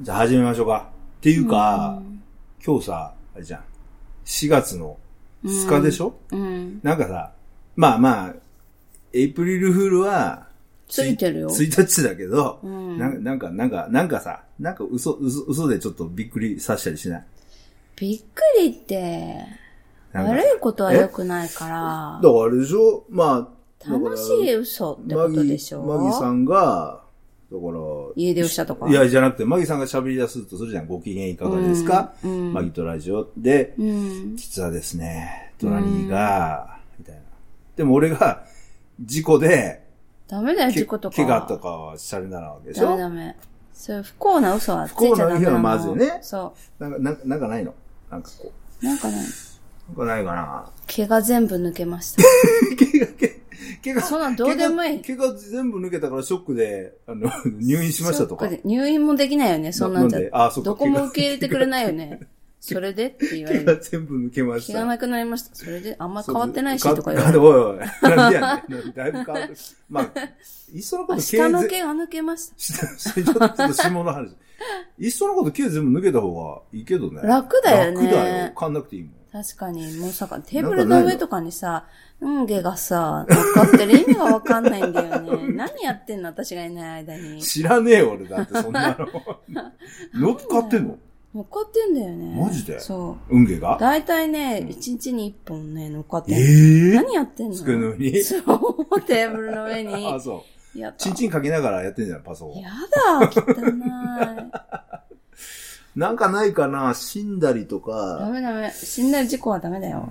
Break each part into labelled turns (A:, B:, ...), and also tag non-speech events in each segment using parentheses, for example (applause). A: じゃあ始めましょうか。っていうか、
B: うん
A: 今日さ、あれじゃん。4月の2日でしょ、
B: うん。
A: なんかさ、まあまあ、エイプリルフールは、
B: ついてるよ。
A: 1日だけど、
B: うん
A: なんか、なんか、なんか、なんかさ、なんか嘘、嘘、嘘でちょっとびっくりさせたりしない
B: びっくりって、
A: なんか
B: 悪
A: だか
B: いことは良くないか
A: らあ
B: ら、
A: れでしょまあ、
B: 楽しい嘘って
A: マ
B: こと
A: ギ
B: でしょ
A: マギさんが、だから、
B: 家出をしたとか。
A: いや、じゃなくて、マギさんが喋り出すとするじゃん。ご機嫌いかがですか、
B: うん
A: マギとラジオで、
B: うん。
A: 実はですね、隣が、みたいな。でも俺が、事故で、
B: ダメだよ、
A: け
B: 事故とか。
A: 怪我とかはしゃれならわけでし
B: ダメ
A: ょ
B: ダメ。そういう不幸な嘘はついちゃダ
A: 不幸
B: メなの。
A: な嘘はまずいね
B: そ
A: なんか、なんか、なんかないのなんかこ
B: う。なんかね、
A: う。なんかないかな (laughs)
B: 毛が全部抜けました。
A: 怪我、怪我怪我、
B: そんなんどうでもいい
A: 怪我。怪我全部抜けたからショックで、あ
B: (laughs)
A: の、入院しましたとか
B: ショッ。クで入院もできないよね、そんなんじゃ
A: ななんで。あそっか
B: どこも受け入れてくれないよね。それでって言われ
A: 怪我
B: る。
A: 全部抜けまし
B: 気
A: た。
B: がなくなりました。それで、あんま変わってないしとか言わ
A: わ
B: れる。
A: おいお (laughs) い、なんでやねん。だいぶ変わる。まあ、いっそのこ
B: あ
A: と
B: 下の
A: 全
B: 毛が抜けまし
A: 下ちょっと下の話。いっそのこと毛全部抜けた方がいいけどね。
B: 楽だよね
A: 楽だよ。噛んなくていいもん。
B: た。確かに、もうさ、テーブルの上とかにさ、うん毛がさ、乗っかってる意味がわかんないんだ
A: (laughs)
B: よね。何やってんの私がいない間に。
A: 知らねえよ俺だってそんな
B: (laughs)
A: の。乗っかってんの
B: 乗っかってんだよね。
A: マジで
B: そう。
A: 運毛が
B: 大体ね、一日に一本ね、乗っかっ
A: え
B: てんの
A: え
B: 何やってんの
A: 机の上に
B: そう、テーブルの上に。
A: あ、そう。
B: やだ。
A: チンチンかけながらやってんじゃん、パソコン。
B: やだ、汚い。
A: なんかないかな死んだりと
B: ダ
A: か。
B: メダメ。死んだ事故はダメだよ。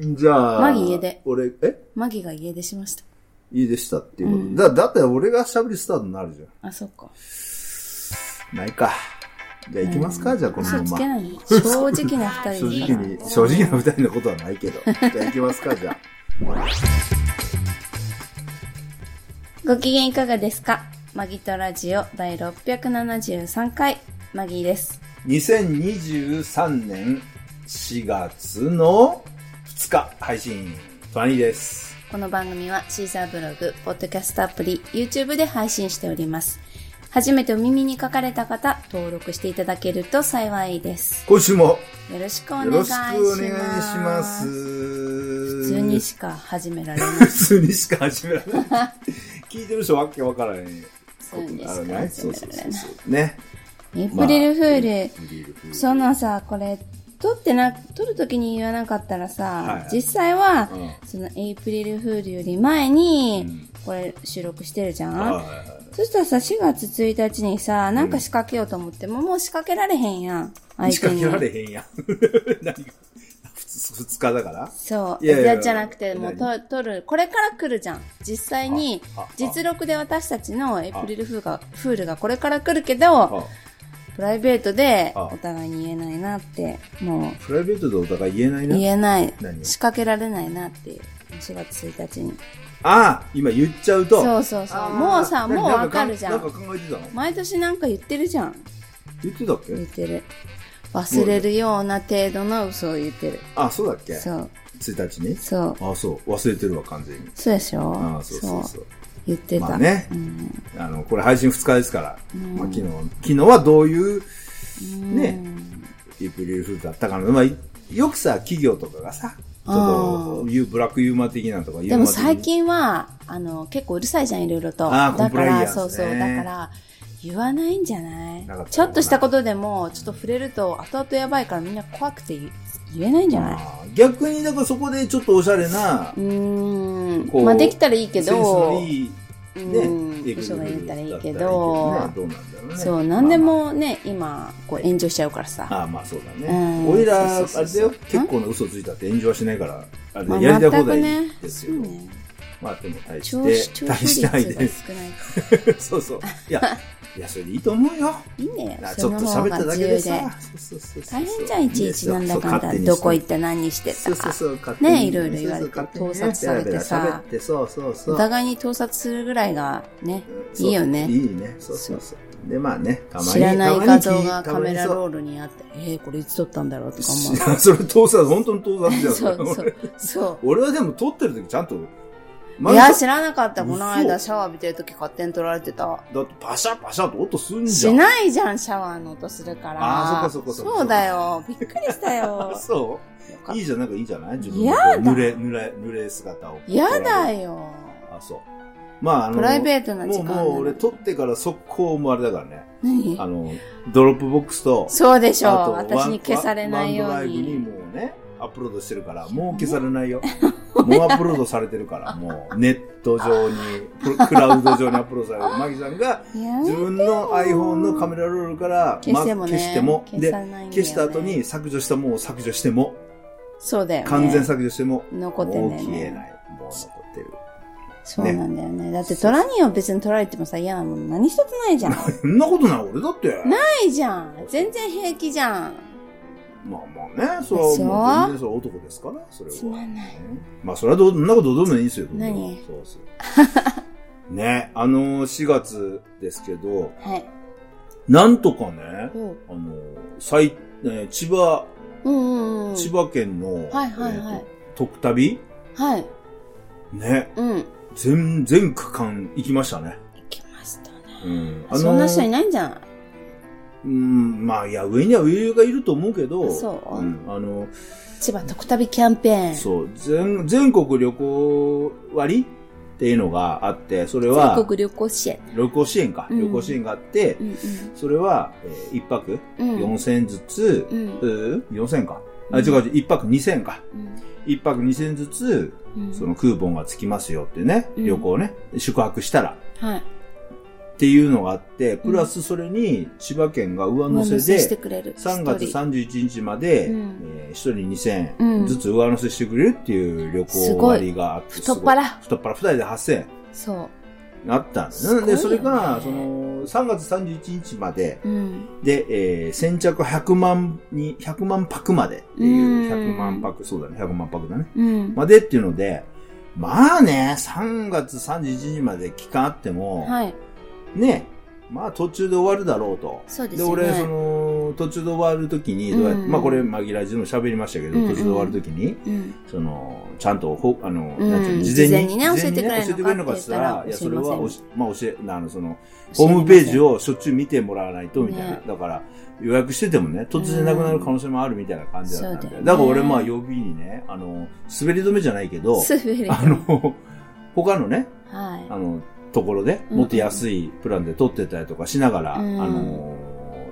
A: じゃあ。
B: マギ家出
A: 俺、え
B: マギが家出しました。
A: 家出したっていうこと。
B: うん
A: だ、だって俺が喋りスタートになるじゃ
B: あ、そっか。
A: ん。ないか。じゃあ行きますか、じゃあこの
B: 嘘つ
A: ま
B: け
A: ま。
B: な
A: (laughs)
B: いの。正直な二
A: 正
B: 人だ
A: 直
B: から
A: に、正直な二人のことはないけど。じゃあ行きますか、じゃあ。
B: ご機嫌いかがですかマギとラジオ第673回。マギーです。
A: 2023年4月の2日配信、トニーです。
B: この番組はシーザーブログ、ポッドキャストアプリ、YouTube で配信しております。初めてお耳に書かれた方、登録していただけると幸いです。
A: 今週も
B: よろしくお
A: よ
B: 願
A: ろ
B: い
A: しく
B: します。
A: お願いします。普
B: 普通にしか始められない。
A: 普通にしか始められない。聞いてる人わけわからないことになるね。
B: そ
A: そうう
B: です
A: そう
B: か
A: そうそう。ね。
B: エイプリルフール。
A: エイプリルフール
B: そのさ、これ、撮ってな、撮るときに言わなかったらさ、
A: はいはい
B: 実際は、
A: う
B: そのエイプリルフールより前に、
A: うん
B: これ収録してるじゃ
A: ん
B: ん、
A: はいはいはい
B: そしたらさ、4月1日にさ、なんか仕掛けようと思っても、もう仕掛けられへんやん。相
A: 仕
B: 手に。
A: 掛けられへん (laughs) やん。何が二日だから
B: そう。
A: いやいやいや
B: じゃじゃなくて、もうと撮る、これから来るじゃん。実際に
A: あああ、
B: 実録で私たちのエイプリルフールが、フールがこれから来るけど、
A: あ
B: プライベートで
A: あ
B: お互いに言えないなって、もう、
A: プライベートでお互い言えないな。
B: 言えない
A: 何を
B: 仕掛けられないなっていう4月1日に
A: ああ今言っちゃうと。
B: そうそうそう
A: あー
B: もうさ
A: 何
B: もうわかるじゃ
A: なんか
B: ん
A: 考えてたの
B: 毎年なんか言ってるじゃん
A: 言ってたっけ
B: 言ってる忘れるような程度の嘘を言ってる
A: あ、そうだっけ
B: そう
A: 1日に
B: そう
A: あ、そう。忘れてるわ、完全に。
B: そうでしょ
A: あそうそうそう。
B: 言ってた、
A: まあね
B: うん
A: あの、これ配信2日ですから。
B: うん
A: まあ昨日、昨日はどういうね
B: うん
A: エイプリルフールだったかな。まあ、よくさ、企業とかがさ、ちょっと、ユーブラックユーマー的なとか、ユ
B: で
A: ーマ
B: も
A: ー的な
B: 最近はあの結構うるさいじゃんいろいろと
A: あーコ
B: だ
A: ンプ
B: か
A: ライアン
B: ら
A: スね
B: そうそうだから言わないんじゃない
A: なかった
B: ちょっとしたことでもちょっと触れると後々やばいからみんな怖くて言言えないんじゃない
A: あー逆に、だからそこでちょっとおしゃれな
B: う、ー
A: こ
B: ん
A: う
B: まあできたらいいけ
A: センス
B: ど
A: のいい、
B: うん
A: ね、エイプリルフ
B: 嘘が言え
A: ールだ
B: たら
A: っ
B: いいけど
A: たらいいけどねどうなんだろうね。
B: そう
A: まあ
B: 何で。もね今こう炎上しちゃうからさ
A: ああ、まあそうだ
B: う
A: ね。
B: ん
A: 俺ら、あ
B: そ
A: れ
B: うそう
A: だ
B: そう
A: よ、結構な嘘ついたって炎上はしないから、あれ
B: まあ
A: でやりたい放題
B: 全くね
A: です
B: そ
A: よ
B: う。ね
A: まあでも大
B: 聴
A: し
B: 取
A: て、
B: 聴
A: 大
B: 取
A: し
B: 率
A: て
B: が
A: ない
B: 少な
A: で
B: い
A: す。 (laughs) そうそう。い
B: (laughs)
A: や、いや、それでいいと思うよ。
B: いいんだよ
A: なち
B: そ
A: ょっ
B: の
A: と
B: 方
A: 喋った
B: が
A: だ
B: 自
A: け
B: 由
A: で
B: で
A: さ。そうそうそうそう
B: 大変じゃんいちいちなんだかんだどこ行って何して
A: そう
B: た
A: そうそ
B: か
A: う勝手に
B: ねいろいろ言われて盗撮され
A: そうそう
B: て
A: 勝手
B: さ
A: にねペラペラ喋ってそうそうそ
B: お
A: う。
B: 互いに盗撮するぐらいがね
A: そう
B: いいよね
A: いいね。そうそうそう。で、まあね、たまに。
B: 知らな
A: た
B: い
A: ま
B: 画
A: に
B: 像が
A: た
B: カ
A: まに
B: メラ
A: そう
B: ロールにあってえーこれいつ撮ったんだろうとか思う
A: いやそれ盗撮、本当に盗撮じゃん。
B: (laughs) そうそ
A: 俺 (laughs)
B: うそう
A: 俺はでも撮ってる時ちゃんとマ
B: い
A: ン
B: や、
A: シ
B: 知らなかった。この間
A: 嘘
B: シャワー浴びてる時勝手に取られてた。
A: ョンだってパシャパシャと音すんじゃ
B: し
A: ん。
B: ないじゃん、シャワーの音するから。
A: あーそっかそっかそっか
B: そうだよ。びっくりしたよ。
A: あ
B: よ
A: そ
B: かっ
A: ういいじゃん、なんかいいんじゃない自分
B: や
A: の
B: だ
A: 濡れ、濡れ、濡れ姿を。
B: たやだ
A: よ。
B: よ。
A: あ、そう。まあ、あの、
B: プライベートな時
A: もう
B: 間なの
A: もう俺撮ってから速攻もあれだからね。
B: 何
A: あの、ドロップボックスと、
B: そうでしょ
A: あと
B: う。私に消されないよ
A: ワンド
B: う
A: ライブに
B: に。
A: もうね、アップロードしてるから、もう消されない
B: (laughs)
A: よ。もうアップロードされてるから、もうネット上に、プロクラウド上にアップロードされてる。マギさんが
B: いや
A: 自分の iPhone のカメラロールから、
B: 消しても
A: ま
B: ね。
A: 消しても、
B: 消
A: で
B: さ、ないんだよね
A: 消した後、に削除したものを削除しても、
B: そうだよね。
A: 完全削除しても、
B: 残ってん
A: も
B: だ
A: う
B: よ
A: 消え
B: ね。
A: ない。もう残ってる。
B: そうなんだよね。だってトラニーを別に取られてもさ、嫌なもん何一つないじゃん。な
A: そ (laughs) んなことない、俺だって。
B: いじゃん。全然平気じゃん。
A: まあまあね、それはもう全然
B: でしょ
A: それは男ですから、それは。
B: つまんない
A: ね。まあそれはどう、そんなことどうでもいいんですよ、どうでも
B: 何
A: そうそう。 (laughs) ね、あのー、4月ですけど、
B: はい。
A: なんとかね、
B: うん
A: あのー、最、えー千葉、
B: うんうん。
A: 千葉県の、
B: はいはいはい
A: えーと特旅
B: はい。
A: ね、
B: うん。行
A: 全、全区間行きましたね。
B: きましたね。
A: うん。あのー
B: そんな人いないんじゃない
A: うん、まあいや、上には上がいると思うけど、
B: そう
A: うんあのー、
B: 千葉特旅キャンペーン。
A: そう、全、全国旅行割っていうのがあって、それは
B: 全、国旅行支援。
A: 旅行支援か。
B: うん
A: 旅行支援があって
B: う、ん
A: それは、えー一泊
B: うん。うん。
A: 4000円ずつ、
B: うん。
A: うん、4000か。
B: う
A: あ、
B: ん
A: 違う違う、一泊2000円か。
B: うん
A: 一泊2000円ずつ、
B: うん
A: そのクーポンがつきますよってね、
B: うん
A: 旅行ね、宿泊したら。
B: はい。
A: っていうのがあって、プラスそれに千葉県が上乗
B: 上乗
A: せ
B: せして
A: で、
B: くれる。
A: 3月
B: 一人
A: 31日まで、
B: うん
A: えー一人2000
B: うん
A: 円ずつ上乗せしてくれるっていう旅
B: す
A: 行
B: ごい
A: 割があって、
B: 太っ腹
A: すごい太っ腹二人で8000円。
B: そ
A: あったんですすね。
B: ごいよね
A: で、それが、その、3月31日まで、
B: う。うん。
A: で、えー先着100万に、100万泊までっていうう、
B: ん
A: 100万泊、そうだね、100万泊だね。
B: うん。
A: までっていうので、まあね、3月31日まで期間あっても、
B: はい。
A: ね、まあ途中で終わるだろうと。
B: そうです
A: で、
B: よね。
A: 俺、その、途中で終わるときに、
B: うん
A: どうやってまあこれ、紛らわしいの喋りましたけど、
B: うんうん
A: 途中で終わるときに、
B: うん。
A: その、ちゃんと、ほ、あの、
B: うん
A: なんていうの
B: 事前にね
A: 事前に
B: 教えてくれるのか
A: 教えてくれるのかって言ったら、いや、それは
B: 教えま
A: お
B: せ
A: し、まあ教え、あの、その、ホームページをしょっちゅう見てもらわないとみたいな。
B: ね
A: だから、予約しててもね、突然なくなる可能性もあるみたいな感じだったん
B: そう
A: で。
B: だ
A: だ
B: よね
A: から俺、まあ、曜日にね、あの、滑り止めじゃないけど、
B: 滑り。
A: あの、他のね、
B: は
A: あの、ところで、もっと安いプランで撮ってたりとかしながら、
B: うん
A: あの、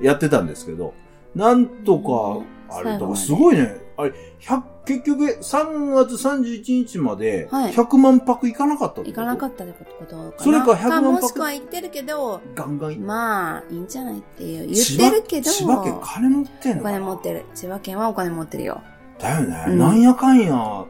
A: やってたんですけど、なんとか、
B: うん
A: あれ、だから
B: 最
A: す
B: 後ま
A: ごいね、あれ、100結局、3月31日まで、
B: はい
A: 100万泊いかなかったって
B: い。
A: こと
B: 行かなかったってことかな。
A: それか100万
B: も
A: 泊
B: しくは行ってるけど、
A: ガンガン、
B: まあ、いいんじゃないっていう。
A: 千
B: 言
A: 葉
B: ってるけど、
A: 千葉県金持ってん
B: お
A: のかな
B: 金持ってる。千葉県はお金持ってるよ。
A: だよね、
B: うん
A: なんやかんや。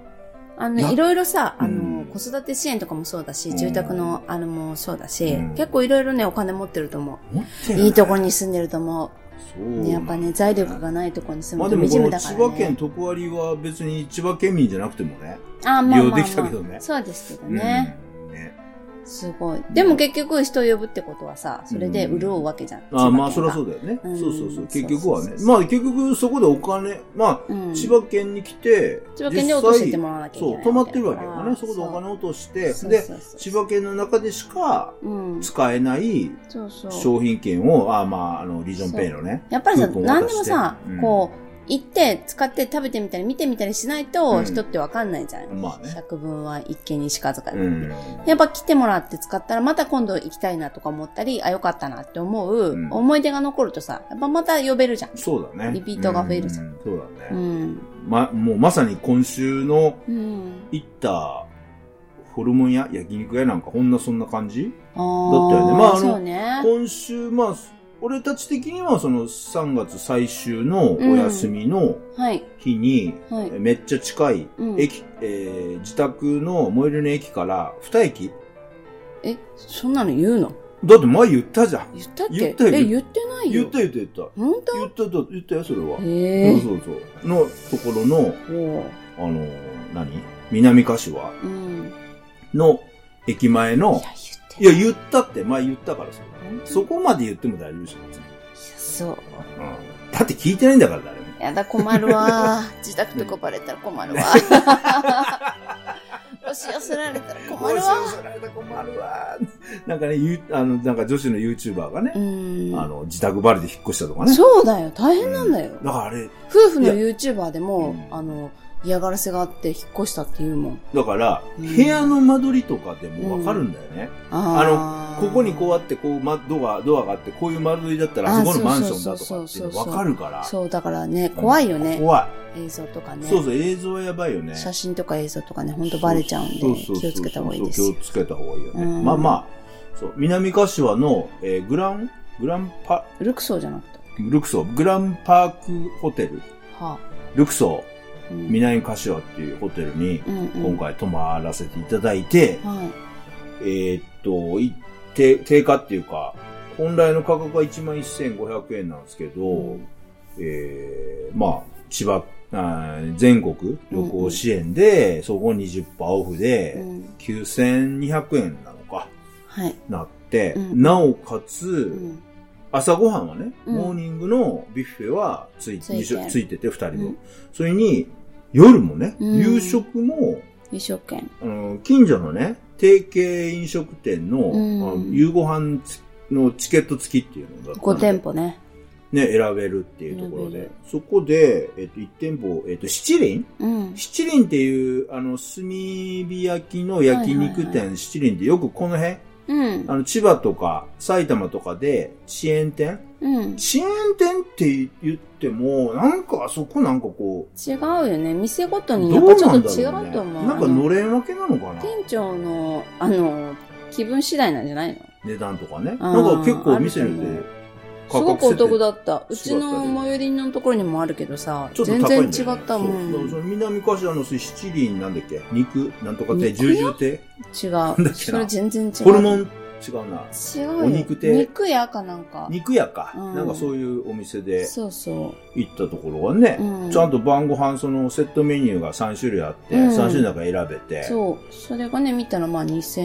B: あの、
A: や
B: いろいろさ、あの、
A: うん
B: 子育て支援とかもそうだし、
A: うん
B: 住宅のあれもそうだし、
A: うん
B: 結構いろいろね、お金持ってると思
A: 持って
B: う。
A: る、ね。
B: いいとこに住んでると思。
A: そうう。
B: ね、やっぱね、財力がないとこに住
A: ま
B: む
A: あ
B: と
A: で
B: 惨
A: もこ
B: め
A: の
B: だか
A: 千
B: らね。
A: 葉県特割は別に千葉県民じゃなくてもね。
B: あ、まあまあ、
A: 利
B: ま
A: 用
B: あ。
A: できたけどね
B: そうですけどね。
A: うん。ね。
B: すごい。でも結局人を呼ぶってことはさ、それで潤うわけじゃん。
A: あまあそりゃそううだよね。
B: うん
A: そうそうそう。結局は
B: そ
A: ね
B: うそう。そう
A: まあ結局そこでお金、ま
B: だ。うん
A: あ、千葉県に来て、
B: 千葉県で落としてってもらわなきゃいけ
A: そ
B: な
A: う、
B: い。
A: 泊まってるわけだからね。そこでお金
B: を
A: 落として、
B: で
A: で、、千葉県の中でしか
B: うん。
A: 使えない
B: そうそう。
A: 商品券を、あまあ、あの、リージョンペイのね。
B: やっぱりさ、
A: クーポン渡
B: 何
A: して
B: でもさ、
A: うん
B: こう、行って、使って、食べてみたり、見てみたりしないと、
A: うん
B: 人ってわかんないじゃん。
A: まあね
B: 百分は一見にしかずか。
A: うん。
B: やっぱ来てもらって使ったら、また今度行きたいなとか思ったり、あ、よかったなって思う、
A: うん
B: 思い出が残るとさ、やっぱまた呼べるじゃん。
A: そうだね。
B: リピートが増えるじゃ
A: うん。そうだね。
B: うん。
A: ま、もうまさに今週の
B: うん。
A: 行ったホルモン屋、焼肉屋なんかほんなそんな感じ
B: あー
A: だったよねまああの
B: そうね。
A: 今週、まあ、俺たち的にはその3月最終のお休みの
B: はい。
A: 日に、
B: はい。
A: めっちゃ近い、
B: うん、
A: 駅、えー自宅の最寄りの駅から2駅
B: え、そんなの言うの
A: だって前言ったじゃん。
B: 言ったっけ
A: 言ったよ
B: え、言ってないよ。
A: 言った言った言った。
B: 本当
A: 言った言った言ったよ、それは。
B: へえ。
A: そうそうそう。のところの、
B: おう
A: あの何南柏
B: うん。い
A: の駅前の、
B: や、
A: いや、
B: 言ってない。
A: 言ったって、前言ったからそれ
B: 本当
A: そこまで言っても大丈夫じゃん。別に
B: いや、そう。
A: うんだって聞いてないんだから、誰も。 (laughs)
B: (laughs) やだ、困るわ。自宅とかバレたら困るわ。し寄せられたら困
A: こう
B: る
A: し
B: わ。
A: られたら困るわ。なんかね、ゆあの、なんか女子の YouTuber がね、
B: うん。
A: あの、自宅バレで引っ越したとかね。
B: そうだよ、大変なんだよ。
A: だからあれ、
B: 夫婦の YouTuber でも
A: い、や
B: あの、嫌がらせがあって引っ越したって言うもん。
A: だから、
B: うん
A: 部屋の間取りとかでもわかるんだよね。
B: あ
A: ここにこう
B: う
A: あって、こう、ま、ドア、ドアがあって、こういう間取りだったら、
B: あ
A: あ
B: ー
A: そこのマンションだとかっていうの
B: そうそうそうそう
A: わかるから。
B: そう、だからね、怖いよね。
A: 怖
B: 映像とか
A: い。
B: ね。
A: そうそう、映像はやばいよね。
B: 写真とか映像とかね、ほんとバレちゃうんで
A: そうそうそう、
B: 気をつけた方がいいです
A: そう
B: よ。
A: 気をつけた方がいいよね。
B: うん
A: まあまあ、そう、南柏の、えーグラン、グランパ、
B: ルクソーじゃなくて。
A: ルクソー、グランパークホテル、
B: はあ。
A: ルクソ
B: う
A: ー、
B: ん
A: 南柏っていうホテルに、
B: うんうん
A: 今回泊まらせていただいて、
B: はい。
A: えーっと、いて定価っていうか、本来の価格は11,500円なんですけど、
B: うん
A: えーまあ、千葉、あー全国旅行支援で、そこ20%オフで、
B: うん
A: 9200円なのか、
B: はい。
A: なって、
B: うん
A: なおかつ、
B: うん
A: 朝ごはんはね、
B: うん
A: モーニングのビュッフェはつい
B: ついて
A: ついついてて、二人分、
B: うん
A: それに、夜もね、
B: うん
A: 夕食も、
B: 一生懸命。
A: あの近所のね、提携飲食店の,、
B: うん
A: あの夕ご飯つのチケット付きっていうのが、
B: 5店舗ね。
A: ね、選べるっていうところ
B: 選べ
A: で
B: る、
A: そこで、えっと、1店舗、えっと、七輪
B: うん。
A: 七輪っていう、あの、炭火焼きの焼肉店、
B: はいはい
A: 七輪ってよくこの辺、
B: うん
A: あ。の、千葉とか埼玉とかで支援店
B: うん。
A: 支援店って言っても、なんかあそこなんかこう、
B: 違うよね。店ごと
A: ど
B: に
A: う
B: やっぱち
A: な
B: ょ
A: ん
B: っ
A: だ
B: と
A: ろう
B: 違
A: ね。
B: うと思う。
A: なんかのれん分けなのかな
B: あの店長の、あの、気分次第なんじゃないの
A: 値段とかね。
B: あー
A: なんか結構店によって
B: すごくお得だった。う
A: 設
B: ち
A: 定
B: の最寄りのところにもあるけどさ、
A: ちょっと
B: 全
A: 高い
B: 然
A: んだよ、ね。
B: 違ったもん。
A: そう
B: 違。
A: そうの南柏の七輪なんだっけ肉なんとかって
B: 肉
A: 十重亭だっけな
B: それ全然違う。
A: ホルモン違うな。
B: 違うよ。
A: お肉亭
B: 肉屋かなんか。
A: 肉屋か、
B: うん
A: なんかそういうお店で
B: そうそ
A: 行ったところがね、
B: うん
A: ちゃんと晩ご飯そのセットメニューが3種類あって、
B: うん
A: 3種類の中選べ
B: う。
A: て、
B: そう。それがね、見たらまあ2000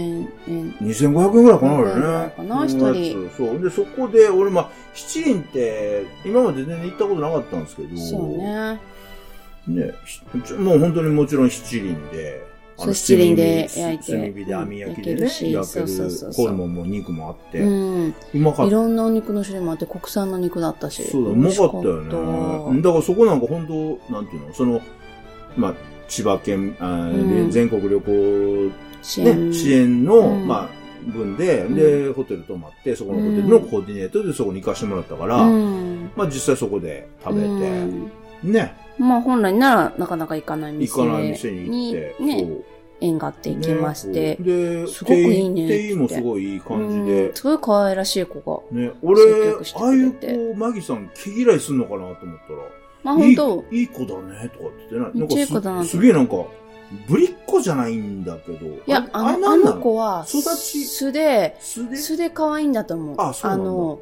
B: 円。
A: 2500円ぐらいかな、あれ
B: 2500円ぐらい
A: ね。
B: かな
A: うん
B: 一人
A: そう。で、そこで、俺、まあ、七輪って、今まで全然行ったことなかったんですけど、
B: そうね。
A: ねひちょもう本当にもちろん七輪で、あ
B: そう
A: の
B: 七輪で焼いて
A: 炭火で網焼きで
B: うん
A: ね、
B: 焼けるし
A: 焼ける
B: そうそうそうそう
A: ホルモンも肉もあって、う
B: うん。
A: まかっ
B: い
A: た。
B: ろんなお肉の種類もあって、国産の肉だったし。
A: そうだ、うまかった
B: 美味し
A: よ
B: か
A: ね。
B: っ
A: だからそこなんか本当、なんていうの、その、まあ、千葉県、あー
B: うん
A: 全国旅行
B: た支援。
A: ね、支援の、
B: うん
A: まあ、分で、
B: ん
A: で、ホテル泊まって、そこのホテルのコーディネートでそこに行かしてもらったから、
B: うん。
A: まあ実際そこで食べて、
B: うん
A: ね、
B: まあ本来ならなかなか行かない
A: 行
B: 店
A: かない店に行って、
B: ね、
A: そう
B: 縁があって行きまして。
A: ねで、
B: すごくいいね
A: 店員もすごいいい感じで
B: うん、すごい可愛らしい子が。
A: ね、俺
B: 接客し、て
A: ああいう
B: くれて
A: 子、マギさん、毛嫌いすんのかなと思ったら、
B: まあ
A: い
B: 本
A: い
B: 当
A: いい子だねとかって言ってない。
B: め
A: な
B: っ
A: ん
B: ちゃいい子だな
A: かすすげえなんか、ぶりっ子じゃないんだけど。
B: いや、
A: あ
B: あ
A: れ
B: の、あ
A: なんな
B: の子は、
A: 育ち
B: 素で、
A: 素で
B: 素で可愛いんだと思う。
A: あそうなんだ
B: の、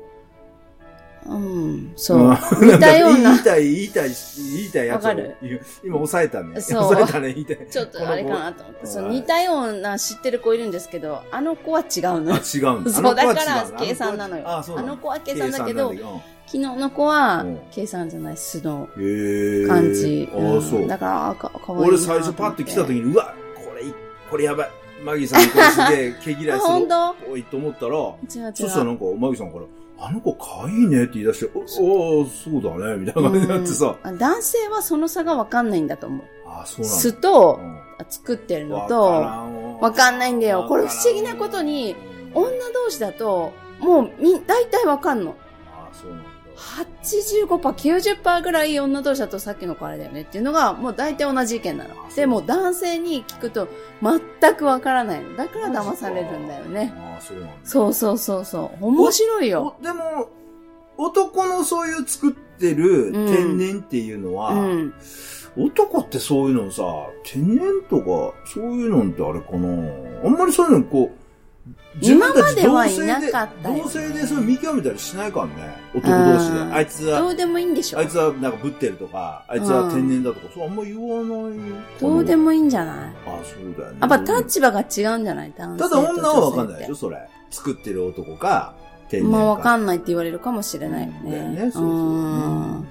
B: うん、
A: う
B: そ
A: ん
B: う。似たような
A: んか言いたい、言いたい、言いたいやつを
B: わかる
A: 言う今、抑えたね。
B: そう
A: 抑えたね、言いたい。
B: ちょっとあれかなと思って。そう
A: はい
B: 似たような知ってる子いるんですけど、あの子は違うの
A: あ、。違うんだ。あ
B: そう、
A: の子は
B: だ
A: 違
B: から
A: ん
B: 計算なのよ。
A: あ、そう
B: あ
A: な
B: の
A: の
B: 子は計算だけ
A: う
B: ど
A: ん、へ
B: 昨日の子は
A: うん
B: 計算じゃない、素の
A: え。
B: 感じ。
A: あ、そ
B: んだ
A: う。
B: から、あか可愛いなと思って。
A: 俺最初パッと来た時に、うわ、これ、これやばい。マギさん、これすげえ毛嫌
B: あ、
A: いする
B: (laughs) 本。当
A: おいと思ったら、
B: 違う違う。
A: そしたらなんか、マギさんから、あの子可愛いねって言い出して、お、おーそうだね、みたいな感じになってさ、
B: うん男性はその差がわかんないんだと思。
A: あ、そううなんだ。
B: 素と
A: うん
B: 作ってるの
A: わ
B: と、
A: からんわ
B: わかんないんだよ
A: わ
B: こ
A: から
B: れ
A: ん
B: 不思議なことに
A: うん
B: 女同士だと、もうみ、大体わかんの。
A: あそうなんだ
B: 85%、90%ぐらい女同士だとさっきの子あれだよねっていうのが、もう大体同じ意見なの。でも男性に聞くと全くわからないの。だから騙されるんだよね。
A: ああそうなんだ
B: そうそうそうそう。面白いよ。
A: おでも男のそういう作ってる天然っていうのは、
B: うん。
A: 男ってそういうのさ天然とかそういうのってあれかなあんまりそういうのこう自分たち同
B: 今まではい
A: 性
B: な
A: で
B: かったよね
A: 同性でそれ見極めたりしないからね男同士で
B: あー
A: あいつ
B: ど
A: は
B: うでもいいんでしょ
A: あいつはなんかぶってるとかあいつは天然だとか、そうあんま言わないかな
B: どうでもいいんじゃない
A: あそうだよね
B: やっぱ立場が違うんじゃない男性
A: た
B: と
A: だ
B: 女性って。
A: 女はわかんないでしょ、それ。作ってる男か、天然か。
B: まあわか
A: ん
B: んないって言われるかもしれないよね。
A: だよねそうそう
B: うん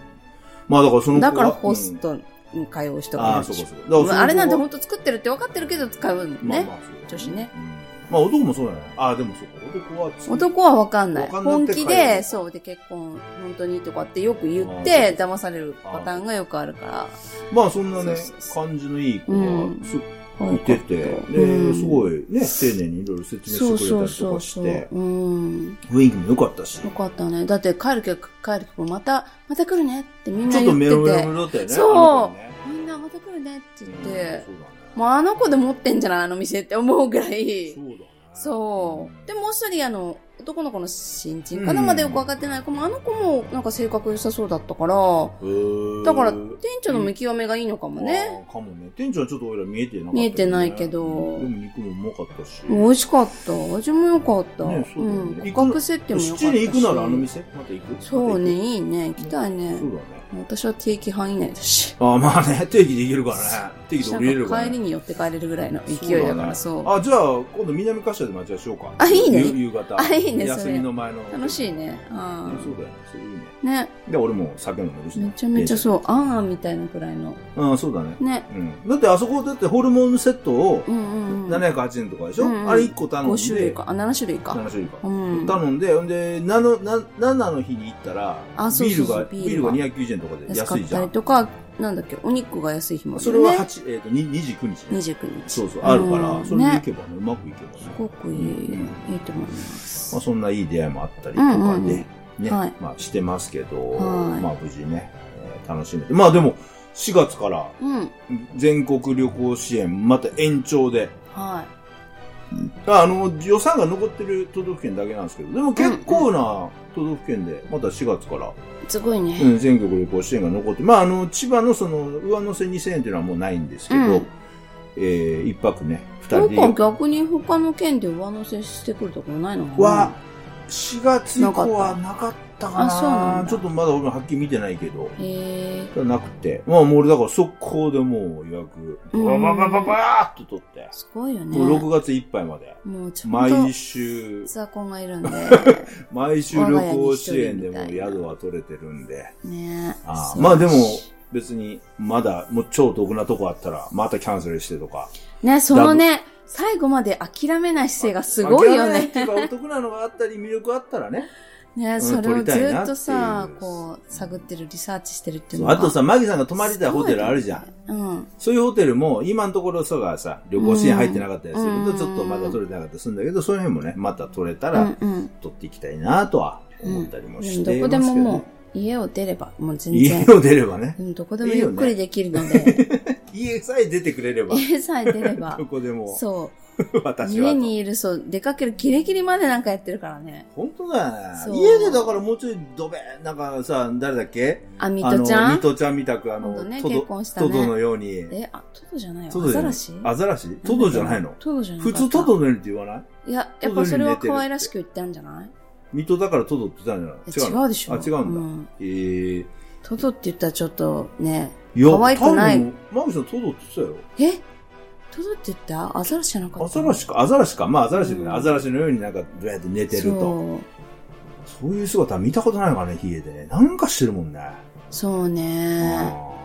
A: まあだからその子は
B: だからホス。トに通う人
A: ああ、
B: がいる
A: そう
B: でし
A: か
B: ょ
A: そうか。
B: まああれなんて
A: ほ
B: 本当作ってるって分かってるけど使うもんね。
A: まあまあ、そう
B: 女子ね。
A: うんまあ男もそうだね。ああ、でもそうか。男はつ
B: 男は分かんない。
A: 分かんなく
B: 本
A: て
B: 気
A: 帰る
B: で、そうで結婚、本当にとかってよく言って、騙されるパターンがよくあるか
A: まあそんなね
B: そうそう、そう
A: 感じのいい子
B: うん
A: がす
B: ら。
A: いてて、
B: う
A: で、
B: ん
A: すごいね、丁寧にいろいろ説
B: そ
A: 明
B: う
A: してく
B: そ
A: れ
B: う
A: たりと
B: そう
A: かし
B: そう。
A: て、
B: うん。
A: 雰囲気も良かったし、
B: よかったね。だって帰るけど帰るけどまた、また来るねってみん
A: ち
B: な
A: ょっと
B: 言っ
A: メ
B: て
A: ロメ
B: て
A: ロ。だったよね。
B: そう
A: あの子ね
B: みんなまた来るねって言っ
A: うんそうだね
B: て、もうあの子で持ってんじゃないあの店って思うぐらい。
A: そうだね。
B: そう。で、もう一人、あの、男の子の新人かな、
A: うん
B: まだよくわかってない子も、あの子もなんか性格良さそうだったから、
A: へー
B: だから、店長の見極めがいいのかもね。
A: あーかもね。店長はちょっと俺ら見えてなかった、
B: 見えてないけど
A: うんでも肉もうまかったし。
B: 美味しかった。味も良かった。
A: ねそうだよね
B: ん。価格設定も良かったし。
A: 七に行くならあの店また行く
B: そうね、
A: ま
B: いいね。行きたい
A: た
B: ね。
A: 行くそうだね。
B: 私は定期範囲内だし。
A: あーまあね、定期できるからね。定期で降りれるから、
B: 帰
A: ね。
B: りに寄って帰れるぐらいの勢いだから、そう。
A: あ、じゃあ、今度南滑車で待ち合わせしようか。
B: あいいね
A: 夕夕方。
B: あいいねそ
A: 休
B: れ
A: みの前の。
B: 楽しいね。
A: うん
B: あ
A: そうだよね。それいいね。
B: あ。ね。
A: で、俺も酒飲めるしね、
B: めちゃめちゃ
A: う。
B: そう、あんあんみたいなくらいの。
A: うん、そうだね。
B: ね。
A: うん。だってあそこだってホルモンセットを
B: うんうんうん。
A: 708円とかでしょ、
B: うんうん
A: あれ1個頼んで。
B: 5種類か。あ、7種類か。
A: 7種類か。
B: うん。
A: 頼んで、ほんで、なの、な、7の日に行ったら、
B: あそう
A: ビー
B: そう
A: ル
B: そう
A: が、
B: ビ
A: ビ
B: ー
A: ー
B: ル
A: ル
B: が
A: が290円とかで
B: 安
A: 安
B: かっ
A: いじゃ
B: たり
A: ん。
B: とか、なんだっけ、お肉が安い日もある
A: そ
B: よ
A: れは
B: ね。
A: 8、えっ、と、に29日ね。
B: 29日。
A: そうそう、あるから、
B: うん
A: それで行
B: ね。
A: けばね、うまくいけばね。
B: すごくいい、いいと思います。
A: まあ、そんないい出会いもあったりと
B: うん
A: か
B: うんうん
A: で、ね、
B: はい
A: まあ、してますけど、
B: はい
A: まあ、無事ね、えー楽しめて。まあ、でも、4月から
B: うん。
A: 全国旅行支援、また延長で、
B: は
A: あの、予算が残ってる都道府県だけなんですけど、でも結構な都道府県で、また4月から、
B: い。すごいね。
A: うん、全国旅行支援が残って、まあ、あの、千葉のその、上乗せ2000円っていうのはもうないんですけど、
B: うん
A: えー、一泊ね、二
B: な
A: 人
B: ん
A: で。
B: か逆に他の県で上乗せしてくるところないのかな
A: は、4月以降はなかったかな
B: なかったあそうなんだ
A: ちょっとまだ俺もはっきり見てないけど。
B: へえ。
A: なくて。まあもう俺だから速攻でもう予約、
B: うん
A: バババババーっと取って、
B: すごいよね。
A: もう6月いっぱいまで。
B: もうちょっ
A: 毎
B: と、
A: 週、
B: ザコンがいる
A: (laughs)
B: んで。
A: 毎週旅行支援でも
B: 我
A: う
B: が家に一人みたいな
A: 宿は取れてるんで。
B: ね
A: あ
B: そ
A: あ
B: う
A: まあでも、別に、まだ、もう超得なとこあったら、またキャンセルしてとか。
B: ね、そのね、最後まで諦めない姿勢がすごいよ
A: 諦めないっ
B: ね。
A: ていうかお得なのがあったり、魅力あったらね。
B: ね、
A: ん
B: それをずっと
A: 撮
B: さ
A: りたいなってい、う
B: こう、探ってる、リサーチしてるって
A: そ
B: いうの
A: う
B: が
A: あとさ、マギさんが泊まりたいホテルあるじゃん。
B: うん。
A: そういうホテルも、今のところそうがさ、旅行支援入ってなかったりする
B: う
A: と、
B: ん
A: ちょっとまだ取れてなかったりするんだけど、そういう辺もね、また取れた
B: うん
A: ら、
B: うん。
A: 取っていきたいなとは思ったりも
B: うん
A: して
B: ど
A: い
B: こ
A: ます
B: で
A: け
B: も
A: ど、
B: もう
A: ね、
B: 家を出れば、もう全
A: 家
B: 然。
A: を出ればね
B: う、ん、どこでもゆっくりできるので、
A: 家さえ出てくれれば、
B: (laughs) 家さえ出れば
A: (laughs) ど、こでも、
B: そう、
A: 私は
B: 家
A: と。
B: にいる、そう、出かけるギリギリまでなんかやってるからね。
A: 本当だ
B: そ
A: ね。
B: う
A: 家でだからもうちょいどべ、なんかさ、誰だっけ
B: あ、ミトちゃ
A: あのミ
B: ん
A: トちゃんみたく、あ
B: 今
A: の、
B: 度ね
A: トド
B: 結婚したね
A: トドのように。
B: え、あ、トドじゃないよ。
A: ト
B: ア
A: ドじ
B: ザ
A: ゃな
B: ラ
A: い
B: シ
A: アザラシトドじゃないの
B: トドじゃない
A: 普通トドのようにって言わない
B: いや、やっぱそれは可愛らしく言ってあるんじゃない
A: 水戸だからトドって言ったんじ
B: え
A: ゃな
B: 違
A: いの
B: うでしょ。
A: あ、違うんだ。
B: ん
A: えー、
B: トドって言ったらちょっとね、
A: いや
B: 可愛くな
A: 多
B: い
A: 分マグさん、トドって言って
B: えトドって言ったアザラシじゃな
A: た
B: か
A: よ。
B: っ
A: ア
B: た
A: ザラシか、アザラシか。まあ、アザラシだね
B: うん
A: アザラシのようになんか、どうやって寝てると。
B: そう。
A: そういう姿は見たことないからね、家でね。なんかしてるもんね。
B: そうね。
A: あ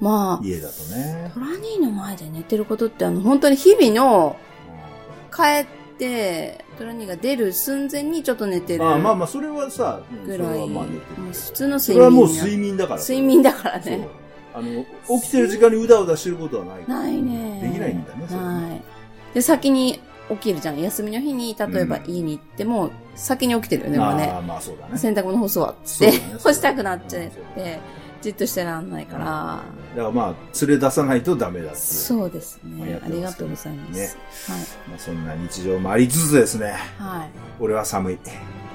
B: ま
A: ー家だと
B: あ、
A: ね。
B: トラニーの前で寝てることって、あの、本当に日々の、帰って、トラニーが出る寸前にちょっと寝てる
A: まあまあまあ、それはさ、うん
B: ぐ
A: それ
B: らい。
A: はまあ寝てるけど
B: もう普通の
A: そ
B: 睡
A: れは
B: 眠
A: もう
B: や
A: 睡眠だから。
B: 睡眠だからね
A: そう。あの、起きてる時間にうだうだしてることはないから。
B: ないね。
A: できないんだね、それはね
B: はい。で、先に起きるじゃん。休みの日に、例えば
A: うん
B: 家に行っても、先に起きてるよね、もうね
A: あ。あ、まあそうだね。
B: 洗濯物干そうわっつ
A: そうだ
B: って
A: ねそうだね
B: (laughs) 干したくなっちゃって、じっとしてらんないか
A: だ
B: ら。
A: からまあ、連れ出さないとダメだっていう。
B: そうです
A: まあや
B: ね
A: っ。
B: あ
A: て
B: り
A: ま
B: が
A: すけ
B: と
A: ど
B: うございます。
A: まあ、そんな日常もありつつですね。
B: はい。はい。
A: 俺は寒い。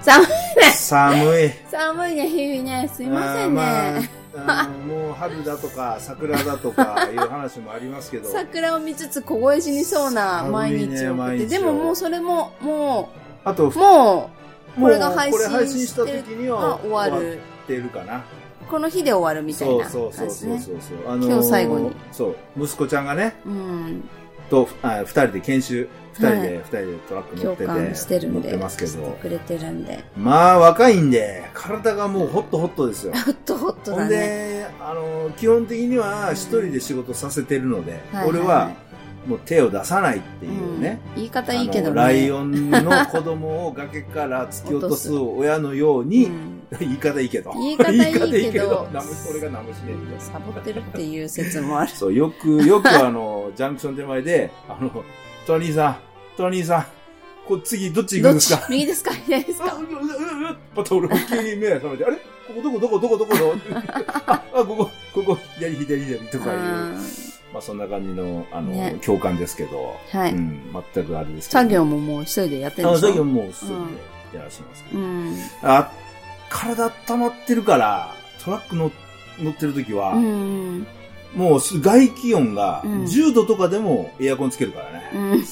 B: 寒い
A: 寒い。
B: 寒いね、日々ね。す
A: す
B: いませんね。。
A: ああもう春だと
B: (laughs)
A: か桜だとかいう話もありますけど。
B: 桜を見つつ凍え死にそうな毎日を送
A: 寒
B: っ
A: い
B: て、
A: ね
B: でももうそれも、も
A: あと、
B: う、もう、
A: も
B: こ
A: う
B: れが配
A: これ配
B: 信
A: 信
B: し
A: した
B: て
A: 時
B: る
A: に
B: あ
A: は
B: 終わ。る。
A: ってるかな。
B: この日で終わるみたい
A: そう
B: な
A: そうそ
B: 感
A: う
B: じ
A: そう
B: ね。
A: そうそう。あの
B: 今日最後に
A: そう、息子ちゃんがね、
B: うん。
A: と、あ二人で研修、二人
B: はい
A: で、二人でトラック乗
B: 共
A: ってて、
B: 感してるん
A: 乗
B: で。
A: ってますけ
B: して
A: ど。
B: くれてるんで。
A: まあ、若いんで、体がもうホットホットですよ。
B: ホットホット
A: ほ
B: だ
A: ん
B: ね。
A: で、あの、基本的には一人で仕事させてるので、
B: いいい
A: 俺は、もう手を出さないっていうね。
B: うん言い方
A: あ
B: いいけど
A: の
B: ね。
A: ライオンの子供を崖から突き落とす親のように
B: う、ん
A: 言い方いいけど。
B: 言い方いいけど
A: 言い方何も俺が何もしねえんだよ
B: サボってるっていう説
A: (laughs)
B: もある。
A: そう、よく、よくあの、ジャンクション手前で、あの、トニーさん、トニーさん、こう次どっち行くんです
B: どっ
A: か
B: ち (laughs) 右ですか左です
A: あう
B: か
A: ううううまた俺も急に目が覚めて、あれここどこどこどこどこどこあ、あここ、ここ、左左左とかいう、まあそんな感じの、あの、
B: ね
A: 共感ですけど、
B: うんは
A: う
B: い。
A: ん、全くあれですけど、
B: 作業ももう一人でやってるん
A: あ
B: でしょ
A: 作業もう一人でやらしてますけど、
B: うん。
A: あ、体溜まってるから、トラックの乗ってる時は、
B: うん。
A: もうす外気温が
B: うん
A: 10度とかでもエアコンつけるから
B: う
A: ね。
B: ん。よ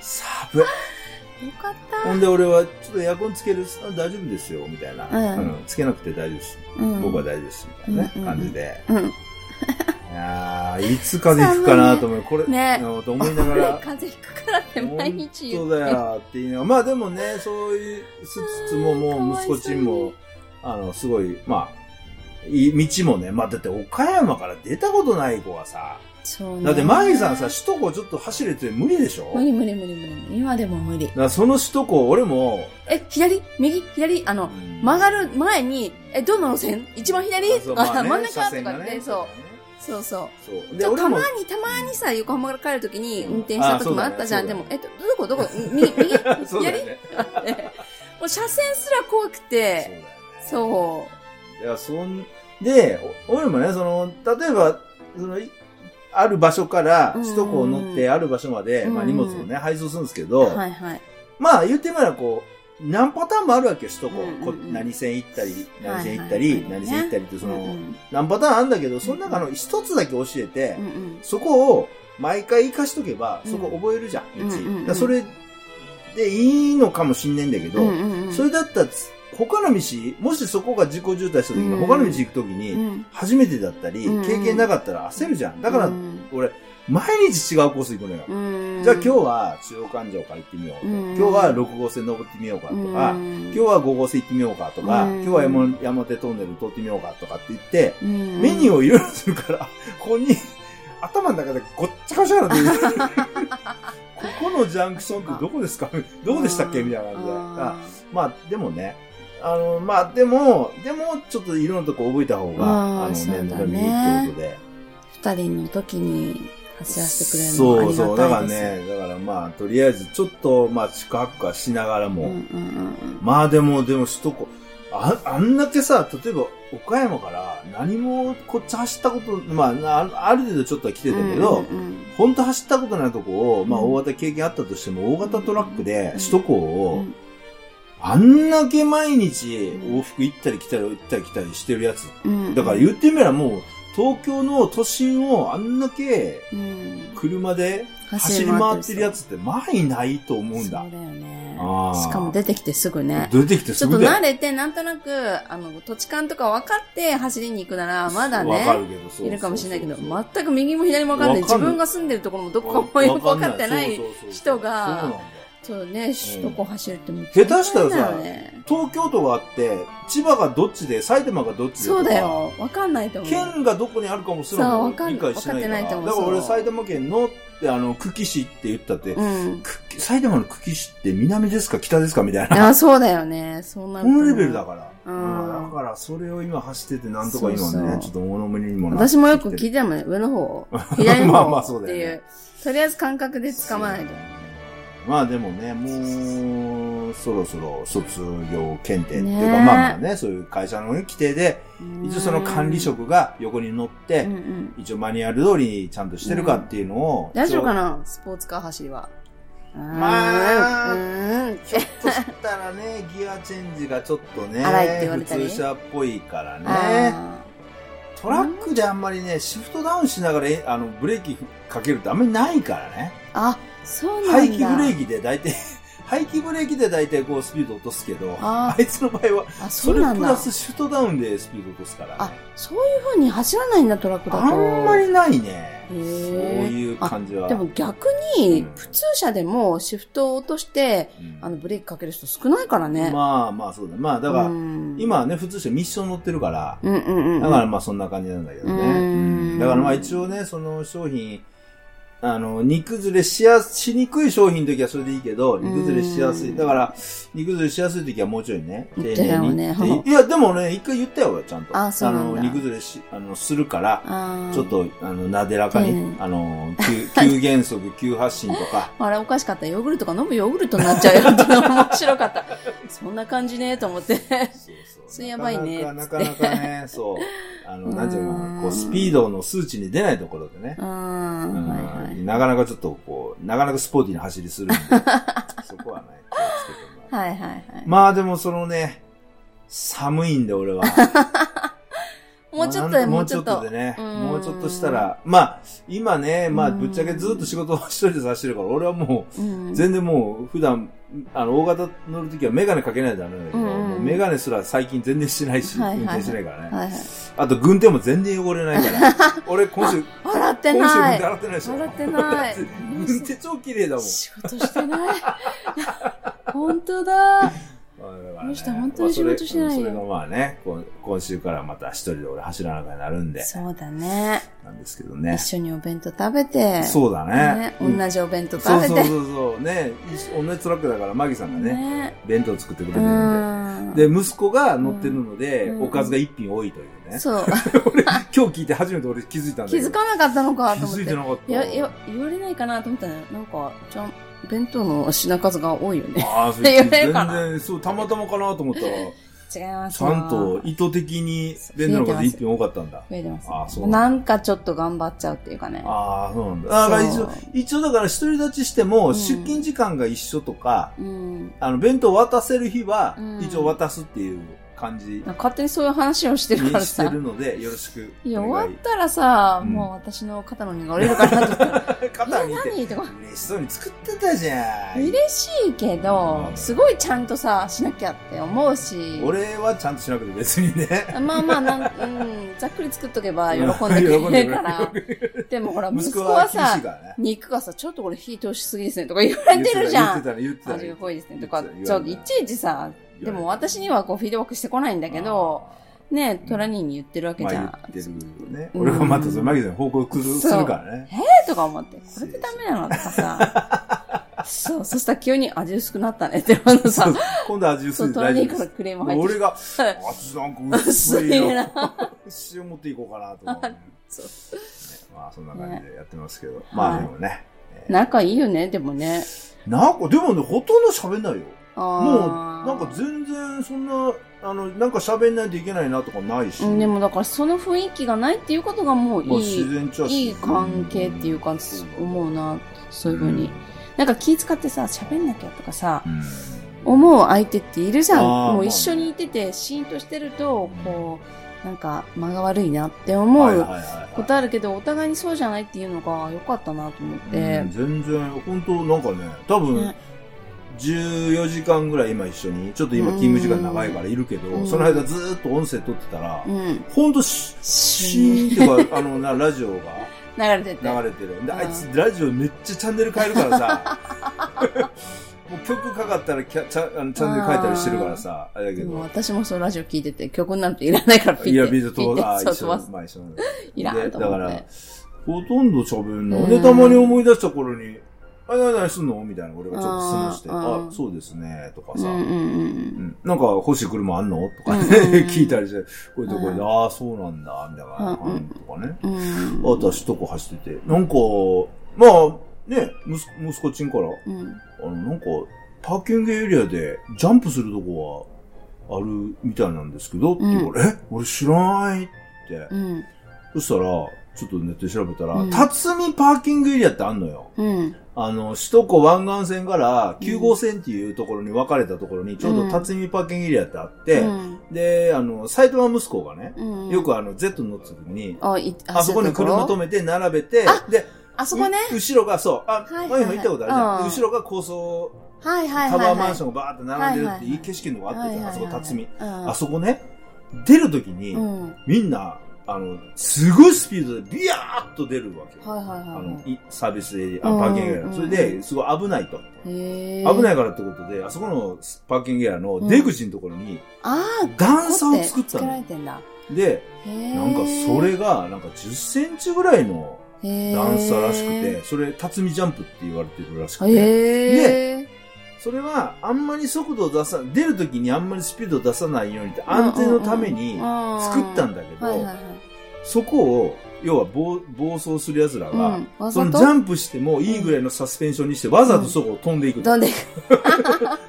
A: 寒い。
B: かった。
A: ほんで俺は、ちょっとエアコンつけるあ大丈夫ですよ、みたいな。
B: うん
A: うんつけなくて大丈夫です。
B: うん
A: 僕は大丈夫です、みたいなね
B: うん
A: 感じで。
B: うん。
A: いやーいつ風邪ひくかなと思う。これ、
B: ね
A: うんと思いながら。
B: (laughs) 風邪ひくからって (laughs) 毎日言
A: 本
B: う。
A: 当だよって言いながら。まあでもね、そういうつつも、もう息子ちんも、あの、すごい、まあ、いい道もね、まあだって岡山から出たことない子はさ、
B: そうね
A: だって、マギさんさ、首都高ちょっと走れて無理でしょ
B: 無理無理無理無理無理。今でも無理
A: だ。からその首都高、俺も、
B: え、左右左あの、曲がる前に、え、どの路線一番左
A: そう
B: あ、
A: まあね
B: 真ん中
A: 車
B: と
A: 線
B: か
A: が
B: 言っ
A: ね
B: て、そう。そうそう。
A: そう。
B: ち
A: で、
B: ょっ
A: 俺
B: とた
A: も
B: ま、に、たまにさ、横浜から帰るときに運転した時もあったじゃん。
A: あ
B: で
A: そうだね、
B: もえっと、どこどこ右、右
A: (laughs) そうだよ
B: 左
A: ね。
B: (laughs) もう車線すら怖く
A: そうだよ
B: て、
A: ね。。
B: そう
A: いや、そん、で、お俺もね、その、例えば、その、いある場所から
B: うん
A: 首都高を乗ってある場所まで、
B: うん
A: まあ荷物をね、配送するんですけ
B: う。
A: ど、
B: はいはい。
A: まあ言ってみればこう、何パターンもあるわけよ、首都高。
B: うんうん
A: こ
B: うん
A: 何線行ったり、何線行った
B: はいはい
A: り、
B: はい
A: 何線行ったりって、その、
B: うん
A: 何パターンあるんだけど、その中の一つだけ教えて、
B: うんうん
A: そこを毎回活かしとけば、
B: うん
A: そこ覚えるじゃん、
B: うん
A: 別に
B: うんうんうん
A: だからそれでいいのかもしんないんだけど、
B: うんうんうん
A: それだったら、つ他の道、もしそこが自己渋滞した時に、
B: うん
A: 他の道行く時に、
B: うん
A: 初めてだったり、
B: うんうん
A: 経験なかったら焦るじゃん。だから
B: う、ん
A: 毎日違うコース行くのよ。
B: うん
A: じゃあ今日は中央環状から行ってみようと。
B: うん
A: 今日は6号線登ってみようかとか、
B: うん
A: 今日は5号線行ってみようかとか、
B: うん
A: 今日は山山手トンネル通ってみようかとかって言って、
B: うん
A: メニューをいろいろするから、 (laughs) ここに、頭の中でごっちゃごちゃなってる
B: (laughs)
A: ここのジャンクションってどこですかどうでしたっけみたいな感じで。あまあ、でもね、あの、まあ、でも、でも、ちょっといろんなとこ覚えた方が、
B: あー
A: あの、
B: そうだね
A: 面倒見るってことで。
B: 二人の時に走らせてくれるの
A: そうそう。だ
B: あ
A: から
B: りがたいです。
A: ね、だからまあ、とりあえず、ちょっと、まあ、宿泊はしながら
B: う
A: も、
B: んうんうん
A: まあでも、でも、首都高、あ、あんだけさ、例えば、岡山から何もこっち走ったこと、まあな、ある程度ちょっとは来て
B: う
A: た
B: ん。
A: けど、
B: うんうん
A: 本当走ったことないとこを、まあ
B: うん
A: 大型経験あったとしても、大型トラックで
B: うん
A: 首都高
B: う
A: を
B: ん、
A: あんだけ毎日
B: うん
A: 往復行ったり来たり行ったり来たりしてるやつ。
B: うんうん
A: だから言ってみればもう、東京の都心をあんだけ
B: うん
A: 車で走
B: 走
A: り
B: り
A: 回
B: 回
A: っ
B: ってて
A: る
B: る
A: やつって、まあいないと思うんだ
B: そう。だよね
A: あー
B: しかも出てきてすぐね
A: 出てきて
B: ち
A: す
B: ょっ
A: ぐ
B: と
A: だよ
B: 慣れてなんとなくあの土地勘とか分かって走りに行くならまだ
A: わか
B: ね
A: るけど、そう
B: いるかもしれないけど
A: そうそうそう
B: 全く右も左も分かんない
A: わかんない
B: 自分が住んでるところもどこかもよく分かってない
A: そうそうそう
B: 人が
A: そうなんだよ
B: そうね首都高走るっても
A: 下手したらさ
B: 大変だよね
A: 東京都があって、千葉がどっちで、埼玉がどっちでと
B: そ
A: か
B: うだよ分かんないと思う
A: 県がどこにあるかもすら
B: そう
A: も
B: わかん
A: 理解してないから。
B: わかってないと思う
A: だから俺
B: そう
A: 埼玉県のって、あの、久喜市って言ったって、
B: うん
A: 久喜埼玉の久喜市って南ですか北ですかみたいな。
B: あそうだよねそうなる
A: こと
B: ね
A: のレベルだから。
B: うん
A: だからそれを今走っててなんとか今ね、
B: そうそう
A: ちょっと物無りにもなってきて
B: 私もよく聞いてもね上の方左
A: (laughs) まあま
B: の
A: あそう
B: 方っ
A: だ
B: て
A: よ
B: い
A: ね
B: うとりあえず感覚で掴まないと
A: まあでもね、もう、そろそろ卒業検定っていうか、
B: ねえ
A: まあまあね、そういう会社の規定で、一応その管理職が横に乗って、
B: うんうん
A: 一応マニュアル通りにちゃんとしてるかっていうのを、
B: 大丈夫かなスポーツカー走りは。
A: まあ
B: うーん。う
A: ちょっとしたらね、ギアチェンジがちょっとね、
B: 荒いって言われたり
A: 普通車っぽいからね、
B: ーん
A: トラックであんまりね、シフトダウンしながらえあのブレーキかけるってあんまりないからね、
B: あ、そうなんだ。
A: 排気ブレーキで大体、 (laughs) 排気ブレーキで大体こうスピード落とすけど、あ
B: あ
A: いつの場合は、
B: あ、そ
A: そうれ
B: なん
A: プ
B: だ
A: ラ。スシュートダウンでスピード落とすから
B: あ
A: ね。、
B: そういう風に走らないんだ、トラックだと。
A: あんまりないね。
B: へ
A: そう
B: ー
A: いう感じは。
B: でも逆に
A: うん、
B: 普通車でもシフトを落として、
A: うん
B: あの、ブレーキかける人少ないからね。
A: まあまあそうだね。まあだから、
B: うん、
A: 今はね、普通車ミッション乗ってるから、
B: うんうんうんうん。
A: だからまあそんな感じなんだけどね。
B: うん
A: うんだからまあ一応ね、その商品、あの、煮崩れしやす、しにくい商品の時はそれでいいけど、煮崩れしやす
B: う
A: い。
B: ん
A: だから、煮崩れしやすい時はもうちょいね、
B: 言ったよね
A: 丁寧にっていや、でもね、一回言ったよ、俺ちゃんと。
B: あそうなんだ
A: の、煮崩れし、あの、するから、
B: あー
A: ちょっ。と、あの、なでらかに、
B: うん
A: あの、
B: (laughs)
A: 急、急減速、急発進とか、
B: あれおかしかった。ヨーグルトが飲むヨーグルトになっちゃうよって
A: (laughs)
B: のが面白かった。そんな感じ (laughs) ね、と思っ
A: そ
B: て。 (laughs)
A: うそう。
B: それやばいね
A: なかなかなかね、そう。あの、なんていうのか
B: う
A: な、
B: ん
A: こう、スピードの数値に出ないところでね
B: う。ん。
A: うん
B: はいはい。
A: なかなかちょっとこう、なかなかスポーティーな走りす (laughs) るんで、そこはね、気をつけてもらう
B: はいはいはい。
A: まあでもそのね、寒いんで俺は。
B: (laughs) もうちょっと
A: まあ
B: で、もうちょっと。
A: でね、
B: うん
A: もうちょっとしたら、まあ、今ね、まあ
B: うん
A: ぶっちゃけずっと仕事を一人でさしてるから、俺はも
B: うん
A: う、全然もう普段、あの、大型乗るときはメガネかけないとダメなんだけど、
B: うん
A: もうメガネすら最近全然してないし、
B: はいはい
A: 運転してないからね。
B: はいはい。
A: あと、軍手も全然汚れないから。俺、今週、
B: 洗って
A: 今週
B: な
A: 軍
B: い
A: 手。洗ってないでしょ。
B: 洗ってない
A: (laughs) 軍手超綺麗だもん。
B: 仕事し
A: (laughs)
B: てない。本当だ。
A: こ
B: この人本当に仕事してないよ
A: それがまあね、こう今週からまた一人で俺走らなきゃなるんで、
B: そうだね。
A: なんですけどね
B: 一。緒にお弁当食べて。
A: そうだね。
B: ね。
A: うん
B: 同じお弁当
A: そうそ
B: 食べ
A: う
B: て。
A: そうそう。ね、一緒同じトラックだから、マギさんがね、
B: ね。
A: 弁当作ってくれ
B: う
A: てるん
B: ん。
A: で。で、息子が乗ってるので、
B: うん
A: おかずが一品多いというね。
B: そう。
A: 俺、今日聞いて初めて俺気づいたんだ
B: 気
A: けど。
B: づかなかったのか
A: 気
B: と思っ
A: づい
B: て
A: て。なかった。
B: いや、いや、言われないかなと思ったのよ。なんか、じゃん弁当の品数が多いよね。
A: ああ、そ
B: って
A: れ
B: 言われ
A: 全
B: るかな
A: 然、そう、たまたまかなと思ったら、
B: 違いま
A: ちゃんと意図的に弁当の数一品多かったんだ。
B: 増えてます。
A: ああ、そうなんだ
B: なんかちょっと頑張っちゃうっていうかね。
A: ああ、そうなんだ。だから一
B: そ
A: 応
B: う、
A: 一応だから一人立ちしても、
B: うん
A: 出勤時間が一緒とか、
B: うん。
A: あの、弁当渡せる日は
B: う、ん
A: 一応渡すっていう感じ
B: なんか勝手にそういう話をして
A: に
B: るから
A: して
B: さ。
A: るので、よろしく
B: いや、
A: お願
B: 終
A: い
B: わっ。たらさ、
A: うん
B: もう私の肩の荷が折れるかなと思ったら。
A: (laughs) 肩にいて、
B: え何とか
A: 嬉しそうに作ってたじゃん。
B: 嬉しいけど、すごいちゃんとさ、しなきゃって思うし。
A: 俺はちゃんとしなくて別にね。
B: まあま
A: (laughs)
B: あなん、うん、ざっくり作っとけば喜んでくれ
A: (laughs)
B: るから。でもほら、息
A: 息
B: 子
A: 子
B: は
A: は厳し
B: さ
A: い、からね。
B: 肉がさ、ちょっとこれ火通しすぎですねとか言われてるじゃん。
A: 言ってた、言ってた、
B: 味
A: 言ってた。
B: が濃いですねとか、
A: 言ってた
B: ちょっといちいちさ、でも私にはこうフィードバックしてこないんだけど、ね、トラニーに言ってるわけじゃん。
A: まあ言ってるね。
B: うん
A: 俺がまたそれ、マギさんの方向崩するからね。
B: えーとか思って、これってダメなのとかさ。そう、そしたら急に味薄くなったねって言われて
A: そ
B: さ
A: う、今度味薄
B: そ、
A: いうんで
B: トラ
A: 大
B: ニ
A: 丈夫で
B: ーか
A: す
B: ら。クレーム入って
A: 俺
B: き
A: が、
B: た。
A: あちなんか薄い
B: 薄い
A: よ (laughs)
B: な。
A: 塩持っていこうかなと思う、ね。
B: そう
A: まあそんな感じでやってますけど。まあでもね。えー
B: 仲いいよね、でもね。
A: なんか、でもね、ほとんど喋んないよ。もう、
B: あー
A: なんか全然そんな、あの、なんか喋んないといけないなとかないし。
B: うんでもだからその雰囲気がないっていうことがもう
A: まあ
B: い
A: 自
B: い、
A: 然ちゃ
B: いい関係っていうか、思うな、そういうふうに。。なんか気使ってさ、喋んなきゃとかさ、
A: うん
B: 思う相手っているじゃん。
A: あー
B: も
A: まあ
B: う一緒にいてて、シーンとしてると、こう、なんか間が悪いなって思
A: はいはいうはいはい
B: ことあるけど、お互いにそうじゃないっていうのが良かったなと思って
A: うん。全然、本当なんかね、多分
B: ね、
A: 14時間ぐらい今一緒に、ちょっと今勤務時間長いからいるけど、
B: うん
A: その間ずーっと音声撮ってたら、
B: うん。
A: ほんとし、シーンってか、あのな、ラジオが
B: 流れてて。
A: 流れてる。で、
B: うん
A: あいつラジオめっちゃチャンネル変えるから
B: (laughs)
A: さ、もう曲かかったらキャチャあのチャンネル変えたりしてるからさ、あれだけ
B: でも
A: ど、
B: 私もそうラジオ聞いてて、曲なんていらないからピッて。
A: イヤビート
B: ピッて
A: と、あ、
B: そう
A: 一
B: 飛ば
A: 緒
B: す、
A: まあ一緒なんだ
B: いら
A: で
B: んと
A: だか
B: 思
A: ら
B: って。、
A: ほとんど喋んな
B: う
A: い。
B: ん
A: で、たまに思い出した頃に、あ、なになにすんのみたいな、俺がちょっと質問して、
B: あー
A: あ
B: あー
A: そうですね、とか
B: うん
A: さ、
B: うんうん。
A: うんなんか欲しい車あんのとかね
B: うんうんう
A: (laughs)
B: ん
A: 聞いたりして、こういうところで、
B: う
A: ああ、そうなんだ、みたいな
B: うんう
A: 感
B: ん
A: じとかね。
B: うん。
A: あとは首都高走ってて、なんか、まあ、ね、息子息子ちんから、
B: うん。
A: あの、なんか、パーキングエリアでジャンプするとこはあるみたいなんですけど、って言うから、え俺知らないって。
B: うん。
A: そしたら、ちょっとネットで調べたら、
B: うん
A: 辰巳パーキングエリアってあんのよ。
B: うん。
A: あの、首都高湾岸線から9号線っていうところに分かれたところに、ちょうど辰巳パーキングエリアってあって、
B: うん
A: で、あの、埼玉息子がね、
B: うん
A: よくあの、Z に乗ってた時に、
B: あ、い
A: あそこに車止
B: め
A: めて並べて、で、
B: あそこね。
A: う後ろがそう、あ、
B: はい
A: 前も行ったことあるじ
B: う
A: ゃん。
B: ん
A: 後ろが高層
B: はいはいはいはい。
A: タワーマンションがバーって並んでるっ
B: はいはいは
A: て
B: い
A: いい景色のがあったじゃん、あそこ辰巳。
B: あ
A: あそこね、出るときに、
B: うん。はい
A: みんな、あの、すごいスピードでビヤーッと出るわけよ。
B: はいはい
A: あ
B: は
A: の
B: い。
A: いサービスエリア、
B: うん
A: あパーキングエリア
B: うん
A: の。それで、すごい危ないと。
B: へー
A: 危ないからってことで、あそこのパーキングエリアの出口のところに
B: ああ、
A: 段差を作った
B: 作られ
A: の。
B: てんだ。
A: で、
B: へー
A: なんかそれが、なんか10センチぐらいの段差らしくて、それ、辰巳ジャンプって言われてるらしくて、
B: へえ。
A: それはあんまり速度を出さ、出るときにあんまりスピードを出さないようにって安全のために作
B: 作
A: ったんだけ
B: はいは
A: ど
B: い、はい。
A: そこを、要は暴暴走する奴らが、
B: うん、わ
A: そ
B: ざ
A: のジャ
B: と
A: ンプしてもいいぐらいのサスペンションにして、わざとそこを飛んでいくの。
B: 飛んでいく。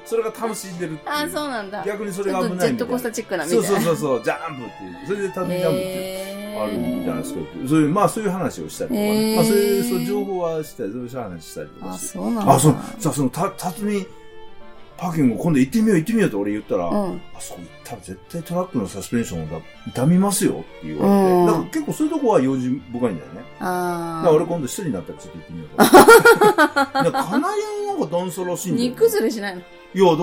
A: それが楽しんでるっていう。
B: ああ、そうなんだ。
A: 逆にそ
B: ち
A: れが
B: ょっ
A: 危
B: と
A: ない
B: ジェッ
A: みた
B: ト
A: い
B: コー
A: な
B: スタ。ーチックなみた
A: そ
B: いう
A: そ
B: な。
A: うそうそう、ジャンプっていう。それで旅ジャンプって
B: へー
A: あるんじゃないですか。そういう、まあそういう話をしたりとかね、
B: へー
A: まあそういう、そういう情報はしたり、そういう話したりとか
B: あ、
A: して。
B: そうなんだ。
A: あ、そう、さあその、た、たつみ、パーキング今度行ってみよう行ってみようと俺言ったら、あ
B: うん。
A: そこ行ったら絶対トラックのサスペンションが痛みますよって言わ
B: うん
A: れて、だから結構そういうとこは用心深いんだよね。だ
B: あ
A: から
B: あ。
A: 俺今度一人になったらちょっと行ってみよ
B: (laughs)
A: うかな。いや、かなりなんか段差らしいんだよ、ね。
B: 煮崩れしないの
A: いや、だか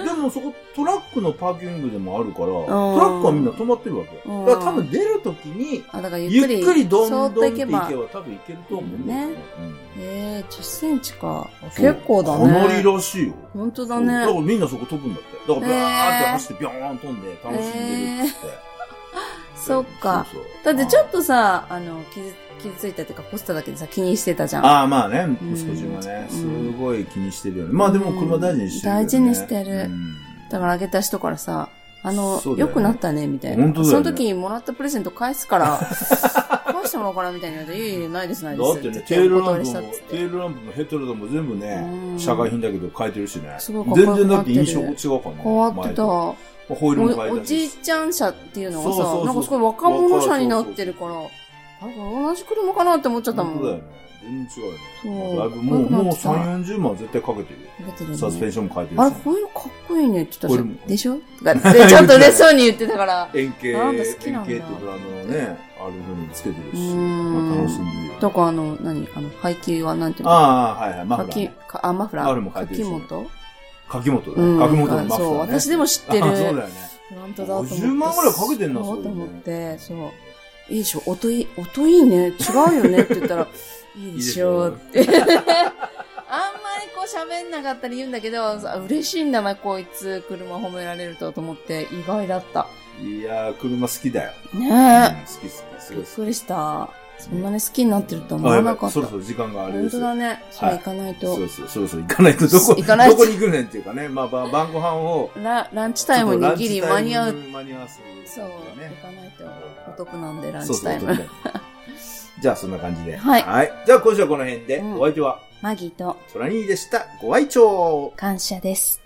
A: ら、でもそこトラックのパーキングでもあるから、トラックはみんな止まってるわけ
B: うん
A: よ。だから多分出るときに、
B: あ、だからゆ
A: ゆ
B: っ
A: っ
B: くり。
A: くりどんどんってい
B: そ
A: け
B: ーっと
A: ば
B: 行けば。
A: 多分いけると思うんだよね。
B: ええ、10センチか
A: うん。
B: 結構だね。
A: かなりらしいよ。
B: 本当だ
A: だから
B: ね。
A: みんなそこ飛ぶんだって。だからビャーンって走ってビョーン飛んで楽しんでるっつって。
B: そっか。
A: そうそう。
B: だってちょっとさ、あの、傷、傷ついたっていうか、ポスターだけでさ、気にしてたじゃん。
A: ああ、まあね、
B: うん
A: 息子ちゃんはね、
B: うん
A: すごい気にしてるよね。まあでも車大事にしてるよね。
B: 大事にしてる
A: うん
B: だからあげた人からさ、あの、
A: そうだよ
B: 良
A: ね
B: くなったね、みたいな。
A: 本当だよ
B: その
A: ね
B: 時にもらったプレゼント返
A: (laughs)
B: すから、返してもらおうかな、みたいな言われて。いやいや、ないです、ないで
A: だ
B: す。
A: ってね
B: っ、
A: テ
B: て
A: ー
B: 言って
A: ル
B: お
A: ラ
B: 断
A: ン
B: り
A: プ
B: したっ
A: も
B: つっ、
A: テ
B: て。
A: ールランプもヘッドライトも全部ね、
B: うん
A: 社会品だけど変えてるしね。
B: すごいかっこよく
A: 全然だって印象
B: な
A: 違
B: っ
A: うかな。
B: 変わってた。
A: 前と
B: お
A: ホイールも変え
B: お
A: た
B: じい
A: し。
B: ちゃん車っていうのが
A: そうそうそ
B: さ、
A: う
B: なんかすごい若者車になってるから、なんか同じ車かなって思っちゃったも
A: 本当だよ
B: ん。
A: ね。全然違うよね。
B: そう
A: だいぶもう、
B: かっこよく
A: もう
B: なってた
A: 3、40万は絶対かけてるよ。
B: 出てるよね
A: サスペンションも変えて
B: あれ、
A: るし。
B: ホイールかっこいいねって言
A: ホ
B: っ
A: イール
B: たじ
A: も
B: ゃん。でしょと
A: (laughs)
B: かで、ちょっと嬉しそうに言ってたから。
A: 円形、
B: なん
A: 円
B: だ
A: 形っ
B: 好
A: て
B: き
A: ブ
B: なんだ
A: ランドのね、あるのにつけてる
B: う
A: し。まあ楽し
B: ーん。
A: んでる
B: と
A: よ。
B: か、あの、何あの、配給はなんていうの
A: ああ、はいはい。マフラー
B: 柿
A: ね。
B: かあ、マフラー。
A: あれも書いてるし
B: 柿本
A: 柿本だ
B: うん
A: ね。柿本のマフラーね。
B: そう私でも知ってる
A: あそうだよね。
B: なんとだと思って。
A: 50万ぐらいかけてんな
B: そ
A: そうう
B: と
A: いうの
B: 思って、そう。いいでしょ音いい、音いいね。違うよねって言
A: (laughs)
B: ったら、いいでしょって。 (laughs) あんまりこう喋んなかったり言うんだけど、あ嬉しいんだな、こいつ。車褒められるとと思って、意外だった。
A: いやー、車好きだよ。うん
B: ね
A: 好き好き、す
B: え。
A: ご
B: び
A: い
B: っ
A: 好き。
B: くりした。そんなに好きになってるとは思
A: あ、
B: わ
A: やば
B: ないかった。
A: そろそろ時間があれです
B: 本当
A: よ。
B: だね。それ行かないと。
A: そうそう、そろそろ行かないと、どこ、
B: 行かないと
A: どこに行くねんっていうかね、まあ、ば晩ご飯を、
B: ラランチタイムにギリ間に合う。
A: 間に合わせる
B: そう、行
A: ね。
B: かないとお得なんで、ラン
A: そう
B: チ
A: そ
B: タ
A: う
B: イ
A: そう
B: ム。
A: じゃあ、そんな感じで。
B: はい
A: じゃあ、今週はこの辺で、
B: うん
A: お相手は、
B: マギーと
A: トラニーでした。ご愛聴
B: 感謝です。